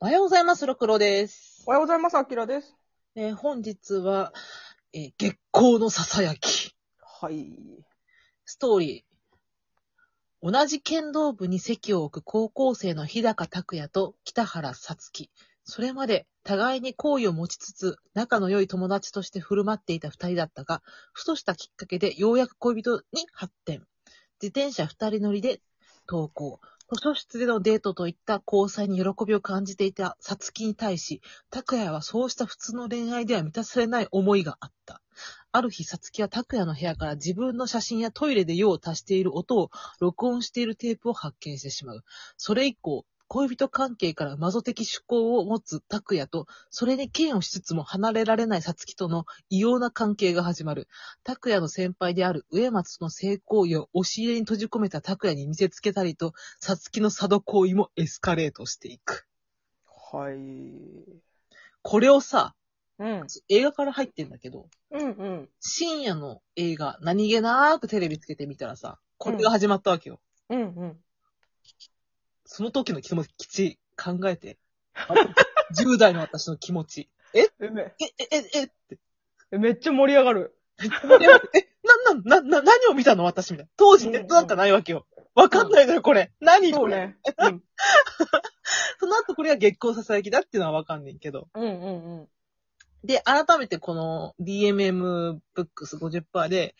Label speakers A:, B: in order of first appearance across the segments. A: おはようございます、ろくろです。
B: おはようございます、あきらです。
A: えー本日は、えー月光のささやき、
B: はい。
A: ストーリー。同じ剣道部に席を置く高校生の日高拓也と北原さつき。それまで互いに好意を持ちつつ、仲の良い友達として振る舞っていた二人だったが、ふとしたきっかけでようやく恋人に発展。自転車二人乗りで登校。図書室でのデートといった交際に喜びを感じていたさつきに対し、拓也はそうした普通の恋愛では満たされない思いがあった。ある日、さつきは拓也の部屋から自分の写真やトイレで用を足している音を録音しているテープを発見してしまう。それ以降、恋人関係からマゾ的趣向を持つ拓也と、それに嫌悪しつつも離れられないさつきとの異様な関係が始まる。拓也の先輩である植松の性行為を押し入れに閉じ込めた拓也に見せつけたりと、さつきの佐渡行為もエスカレートしていく。
B: はい。
A: これをさ、
B: うん。
A: 映画から入ってんだけど、
B: うんうん。
A: 深夜の映画、何気なーくテレビつけてみたらさ、これが始まったわけよ。
B: うんうん。
A: その時の気持ち、考えて。 あ10代の私の気持ち。
B: え、め、
A: え、え、え、え、
B: えめっちゃ盛り上がる。
A: え、なんなん、な、な、何を見たの私みたいな。当時ネットなんかないわけよ。わかんないのよ、これ。何
B: そ
A: こ
B: う
A: れ。
B: ね。 うん
A: その後これが月光ささやきだっていうのはわかんないけど。
B: うんうんうん。
A: で、改めてこの DMM ブックス50%で、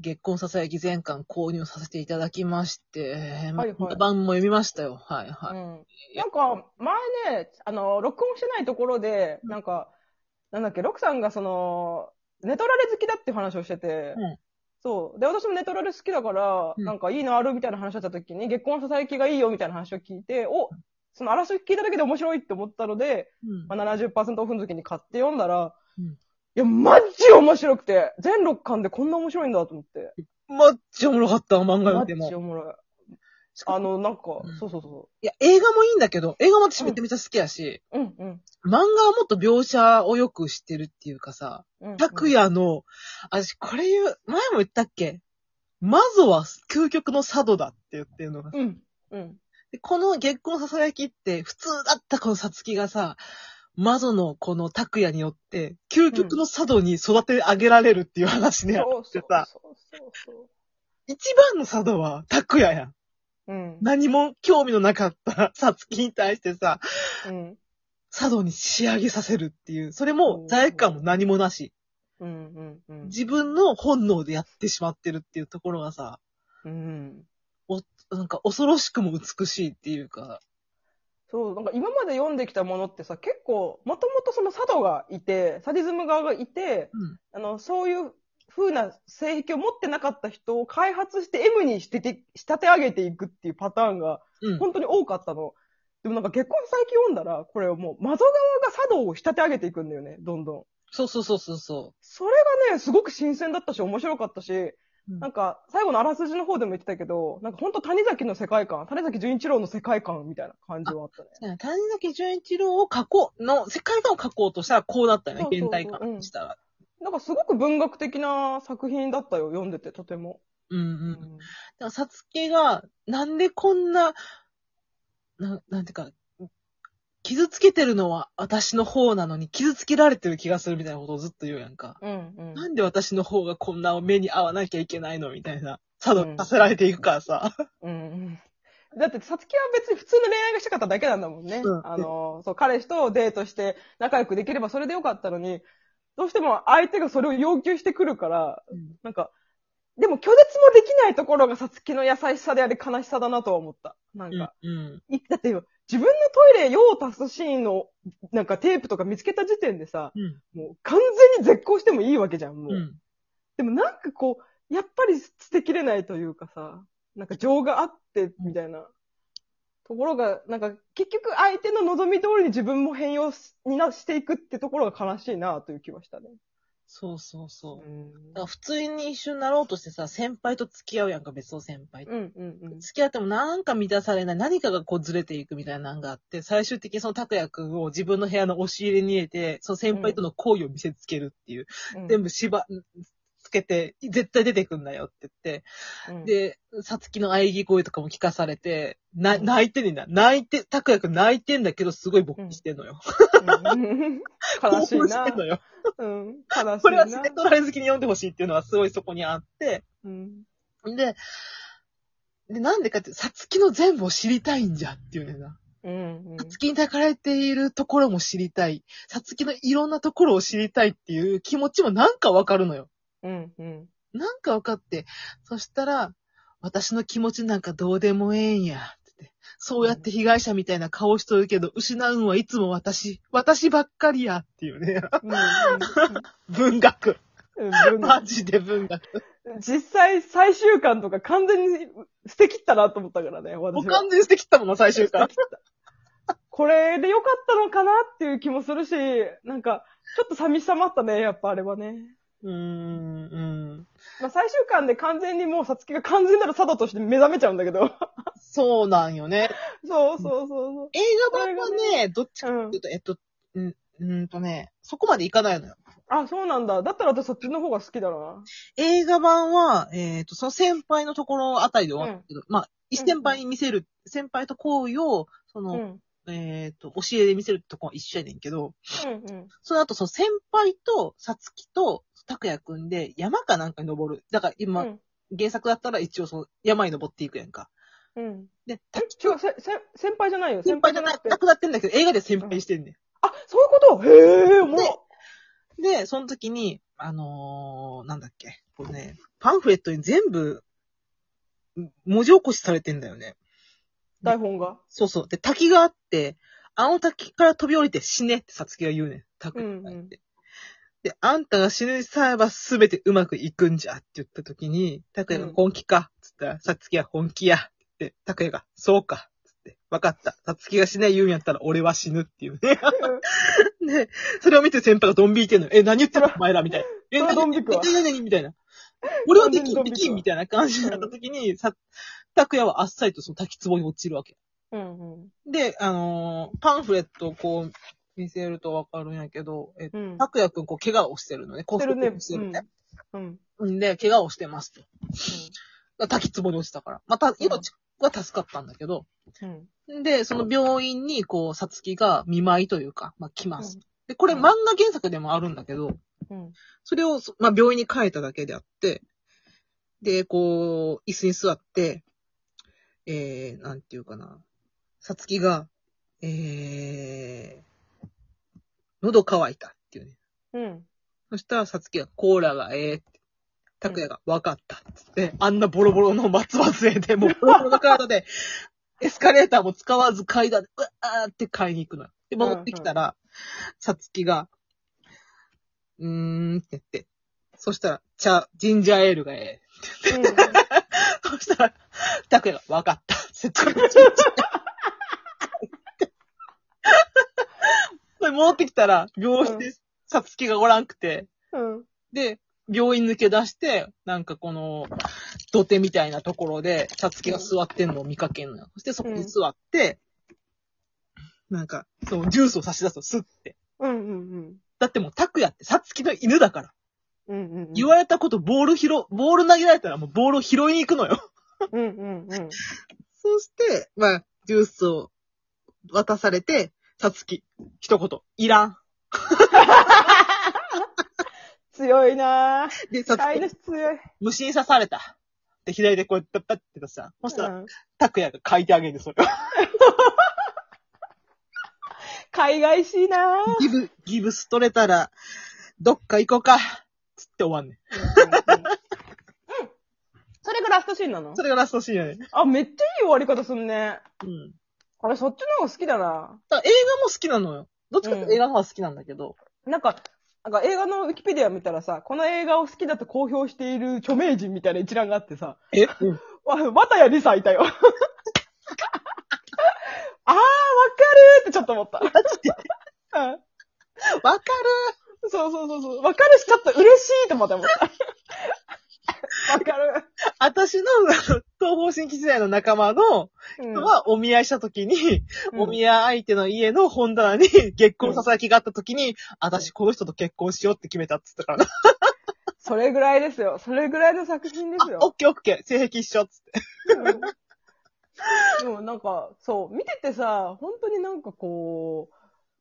A: 月婚ささやき全巻購入させていただきまして、
B: はいはい
A: 版も読みましたよ。はいはい。
B: うんなんか、前ね、あの、録音してないところで、なんか、なんだっけ、ロクさんがその、ネトラレ好きだって話をしてて、
A: うん
B: そう。で、私もネトラレ好きだから、
A: うん
B: なんかいいのあるみたいな話をした時に、結婚のささやきがいいよみたいな話を聞いて、おその争い聞いただけで面白いって思ったので、
A: うん
B: まあ、70%オフの時に買って読んだら、
A: うん
B: いや、マジ面白くて、全6巻でこんな面白いんだと思って。
A: マッチおもろかった、漫画
B: マ
A: 読んで
B: ジ
A: も。
B: おもろい。
A: しかも
B: あの、なんか、
A: うん
B: そうそうそ
A: いや、映画もいいんだけど、映画も私めちゃめちゃ好きやし、
B: う。うんうん。
A: 漫画はもっと描写をよく知ってるっていうかさ、
B: うん
A: 拓也の、私これ言う、前も言ったっけマゾは究極の佐渡だって言ってるのがさ
B: うん。うん。
A: でこの月光ささやきって、普通だったこのさつきがさ、魔女のこの拓也によって、究極の佐渡に育て上げられるっていう話ね。
B: そうそうそうそうそ
A: 一番の佐渡は拓也やん。
B: う。うん。
A: 何も興味のなかったさつきに対してさ、
B: うん。
A: 佐渡に仕上げさせるっていう。それも罪悪感も何もなし。
B: うんうんうん。
A: 自分の本能でやってしまってるっていうところがさ、
B: うん。
A: なんか恐ろしくも美しいっていうか。
B: そう、なんか今まで読んできたものってさ、結構、もともとその佐渡がいて、サディズム側がいて、
A: うん
B: あの、そういう風な性癖を持ってなかった人を開発して M にしてて、仕立て上げていくっていうパターンが、
A: うん。
B: 本当に多かったの。でもなんか結婚最近読んだら、これもう、窓側が佐渡を仕立て上げていくんだよね、どんどん。
A: そうそうそうそうそ
B: それがね、すごく新鮮だったし、面白かったし、
A: うん
B: なんか、最後のあらすじの方でも言ってたけど、なんか本当谷崎の世界観、谷崎潤一郎の世界観みたいな感じはあったね。
A: う。谷崎潤一郎を書こう、の、世界観を書こうとしたらこうだったよね
B: そ、うそうそう
A: 現代感にしたら。
B: なんかすごく文学的な作品だったよ、読んでて、とても。
A: うんう。
B: う
A: だ
B: ん
A: から、さつきが、なんでこんな、な、なんていうか、傷つけてるのは私の方なのに、傷つけられてる気がするみたいなことをずっと言うやんか。
B: うん、うん。
A: なんで私の方がこんな目に遭わなきゃいけないのみたいな。さどさせられていくからさ。
B: うんだって、さつきは別に普通の恋愛がしたかっただけなんだもんね。
A: うん
B: あの、そう、彼氏とデートして仲良くできればそれでよかったのに、どうしても相手がそれを要求してくるから、
A: うん
B: なんか、でも拒絶もできないところがさつきの優しさであり悲しさだなとは思った。なんか、
A: うん。
B: いだってよ自分のトイレ用を足すシーンの、なんかテープとか見つけた時点でさ、
A: うん。
B: もう完全に絶交してもいいわけじゃん、もう。
A: うん。
B: でもなんかこう、やっぱり捨てきれないというかさ、なんか情があって、みたいな。ところが、なんか結局相手の望み通りに自分も変容しになしていくってところが悲しいなという気はしたね。
A: そうそうそう。
B: ん。
A: だから普通に一緒になろうとしてさ、先輩と付き合うやんか、別の先輩と。
B: うんうんうん。
A: 付き合ってもなんか満たされない、何かがこうずれていくみたいなのがあって、最終的にその拓也くんを自分の部屋の押し入れに入れて、その先輩との行為を見せつけるっていう、
B: うん
A: 全部芝、けて、絶対出てくんなよって言って、
B: うん、
A: で、さつきの喘ぎ声とかも聞かされて、な、
B: うん
A: 泣いてんねんな。泣いて、たくやくん泣いてんだけど、すごい勃起してんのよ。
B: うん悲しい
A: 興奮
B: な
A: してん。のよ。
B: うん、悲し
A: こ
B: い
A: れは
B: な
A: スネトライ好きに読んでほしいっていうのはすごいそこにあって、
B: うん。
A: で、で、なんでかって、さつきの全部を知りたいんじゃっていうねんな。
B: うん。
A: さつきに抱かれているところも知りたい。さつきのいろんなところを知りたいっていう気持ちもなんかわかるのよ。
B: うん。うん。
A: なんかわかって。そしたら、私の気持ちなんかどうでもええんや。って言ってそうやって被害者みたいな顔しとるけど、失うんはいつも私。私ばっかりや。っていうね。
B: うん
A: 文学。
B: うん
A: マジで文学。
B: 実際、最終巻とか完全に捨て切ったなと思ったからね、
A: もう
B: 私は
A: 完。全にしてきたもの、最終回。
B: これで良かったのかなっていう気もするし、なんか、ちょっと寂しさもあったね、やっぱあれはね。
A: うーん、うん。
B: まあ最終巻で完全にもうさつきが完全なる佐渡として目覚めちゃうんだけど。
A: そうなんよね。
B: そうそうそう
A: 映画版はね、どっちか
B: そう。うん
A: ってい。うと、えっと、うん、うーんとね、そこまでいかないのよ。
B: あ、そうなんだ。だったら私そっちの方が好きだな。
A: 映画版は、えっ、と、その先輩のところあたりで終わったけど、まあ、一先輩に見せる、先輩と行為を、その、
B: うん。
A: えっ、と、教えで見せるってとこは一緒やねんけど、
B: うん
A: その後、その先輩と、さつきと、拓也くんで、山かなんかに登る。だから
B: う
A: 今、
B: ん。
A: 原作だったら一応その、山に登っていくやんか。
B: うん。
A: で、
B: え、
A: た
B: 違う、せ、せ、先輩じゃないよ。
A: 先
B: 先
A: 輩
B: 輩
A: じ
B: じ
A: ゃな
B: ゃな
A: く
B: くて。
A: なってんだけど、映画では先輩にしてんねん。
B: あ、そういうことへえ、おも
A: で
B: ろ。
A: で、その時に、あのー、なんだっけ、こうね、パンフレットに全部、ん文字起こしされてんだよね。
B: 台本が。
A: そうそう。で、滝があって、あの滝から飛び降りて死ねってさつきが言うねん。滝って、
B: うんうん
A: で、あんたが死ぬさえばすべてうまくいくんじゃって言った時に、拓也が本気かっつったら、さつきは本気や。って、拓也が、そうか。つって、わかった。さつきが死ね言うんやったら俺は死ぬっていうね。で、それを見て先輩がドン引いてんの。え、何言ってるのお前らみたいな。え、
B: それ
A: 何
B: はドン引くわ
A: え何何みたいな。俺はで
B: 完全
A: き
B: に
A: ん、
B: ドン
A: で
B: 引くわ
A: きんみたいな感じになった時に、さ、拓也はあっさりとその滝壺に落ちるわけ。
B: うんうん。
A: で、あのーパンフレットをこう、見せるとわかるんやけど、えっと、
B: うん。
A: 拓也くん、こう、怪我をしてるのね。骨
B: してるね
A: 折をしてるね。
B: うん。うん。
A: んで、怪我をしてますと。滝壺に落ちたから。また、命は助かったんだけど。
B: うん。
A: で、その病院に、こう、さつきが見舞いというか、まあ、来
B: う
A: ます
B: ん。
A: で、これ
B: う
A: 漫
B: ん
A: 画原作でもあるんだけど、
B: うん。
A: それをそ、まあ、病院に変えただけであって、で、こう、椅子に座って、えー、なんていうかな、さつきが、えー、喉乾いたっていうね。
B: うん。
A: そしたらさつきがコーラがええって。拓也が分かったっつって、あんなボロボロの松葉杖で、もうボロボロの体で、エスカレーターも使わず階段で、うわーって買いに行くのよ。で、戻ってきたら、さつきが、うーんって言って、そしたら、茶、ジンジャーエールがええ。 そしたら、拓也が分かったっつって。 で戻ってきたら、病室でさつきがおらんくて、
B: うん。
A: で、病院抜け出して、なんかこの、土手みたいなところで、さつきが座ってんのを見かけんのよ。そしてそこに座って、なんか、そう、ジュースを差し出すとスッて。
B: うん。うん。
A: だってもう、拓也ってさつきの犬だから。
B: うん。うん。
A: 言われたこと、ボール拾、ボール投げられたらもうボールを拾いに行くのよ。
B: うん。うん。うん。
A: そうして、まあ、ジュースを渡されて、さつき、一言、いらん。
B: 強いなぁ。
A: で、さつ
B: 飼い
A: き、
B: 主強い。
A: 虫に刺された。で、左でこうやって、パッて出した。そしたら、
B: うん
A: 拓也が書いてあげるんですよ。
B: 海外しいなぁ。
A: ギブ、ギブス取れたら、どっか行こうか。つって終わんね
B: うん。それがラストシーンなの
A: ん。それがラストシーンやねん。
B: あ、めっちゃいい終わり方すんね。
A: うん。
B: あれ、そっちの方が好きだな。
A: だから映画も好きなのよ。どっちかっていうと映画の方が好きなんだけど。
B: なんか、なんか映画のウィキペディア見たらさ、この映画を好きだと公表している著名人みたいな一覧があってさ、
A: え、うん、
B: わ、またやりさい たよ。あー、わかるーってちょっと思った。うん
A: わかる
B: そうそうそうそう。わかるし、ちょっと嬉しいとまた思った。 わかる。
A: 私の、あの東方新規時代の仲間の、
B: うん
A: は、お見合いした時に、お
B: うん
A: 見合い相手の家の本棚に結婚ささやきがあった時に、私この人と結婚しようって決めたっつったからな。
B: それぐらいですよ。それぐらいの作品です
A: あ、オッ
B: よ。
A: ケーオッケー。性癖一緒っつって。
B: うんでもなんか、そう、見ててさ、本当になんかこう、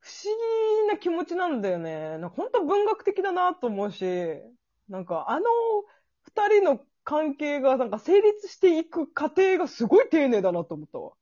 B: 不思議な気持ちなんだよね。なんか本当文学的だなと思うし、なんかあの二人の関係がなんか成立していく過程がすごい丁寧だなと思ったわ。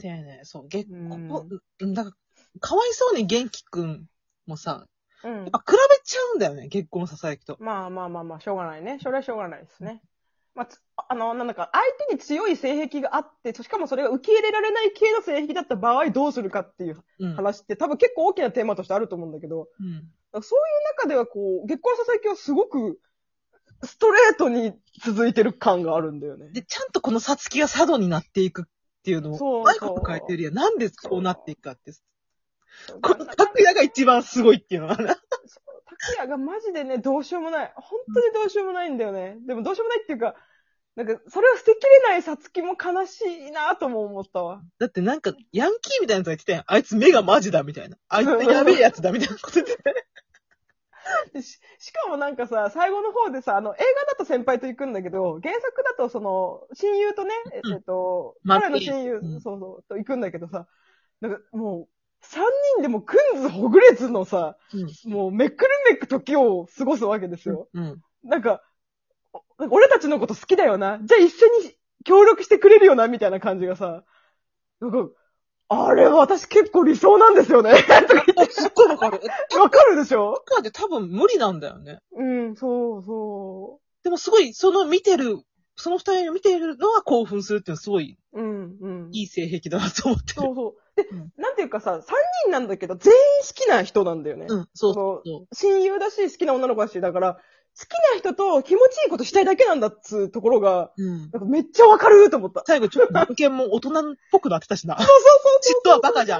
A: 丁寧。そう。げ、
B: うん
A: ここ、うんなんか、かわいそうに元気くんもさ、
B: う
A: や
B: ん
A: っ。ぱ比べちゃうんだよね。結婚のささやきと。
B: まあまあまあまあ、しょうがないね。それはしょうがないですね。まあ、つあの、なんだか、相手に強い性癖があって、しかもそれが受け入れられない系の性癖だった場合どうするかっていう
A: うん。
B: 話って多分結構大きなテーマとしてあると思うんだけど、
A: うん。
B: そういう中ではこう、月光のささやきはすごくストレートに続いてる感があるんだよね。
A: で、ちゃんとこのさつきが佐渡になっていくっていうの
B: そう
A: を、うまいこと書いてるやん。なんでこうなっていくかって。この
B: なんか
A: 拓也が一番すごいっていうのはな。
B: そう拓也がマジでね、どうしようもない。本当にどうしようもないんだよね。でもどうしようもないっていうか、なんか、それを捨てきれないさつきも悲しいなとも思ったわ。
A: だってなんか、ヤンキーみたいなやつが言ってたやん。あいつ目がマジだみたいな。あいつやべえやつだみたいなこと言ってたよね。
B: でし、しかもなんかさ、最後の方でさ、あの、映画だと先輩と行くんだけど、原作だとその、親友とね、え
A: うん
B: えっと、
A: まあ
B: 彼の親
A: う
B: 友、
A: ん
B: そうそう、と行くんだけどさ、なんかもう、三人でもくんずほぐれずのさ、もうめくるめく時を過ごすわけですよ。
A: うん。うん。
B: なんか、おなんか俺たちのこと好きだよな。じゃあ一緒に協力してくれるよな、みたいな感じがさ、なんか、あれ私結構理想なんですよね。と か言って
A: あすっごいわかる。
B: わかるでしょ
A: 僕らって多分無理なんだよね。
B: うん、そうそう。
A: でもすごい、その見てる、その二人を見てるのは興奮するっていうのはすごい
B: うん、うん。
A: いい性癖だなと思ってる。
B: そうそう。で、
A: うん
B: なんていうかさ、3人なんだけど、全員好きな人なんだよね。
A: うん、そうそうそ
B: 親友だし、好きな女の子だし、だから、好きな人と気持ちいいことしたいだけなんだっつうところが、
A: う。うん。
B: なんかめっちゃわかると思った。
A: 最後ちょっと案件も大人っぽくなってたしな。嫉
B: そうそうそうそ
A: 妬
B: う。
A: はバカじゃん。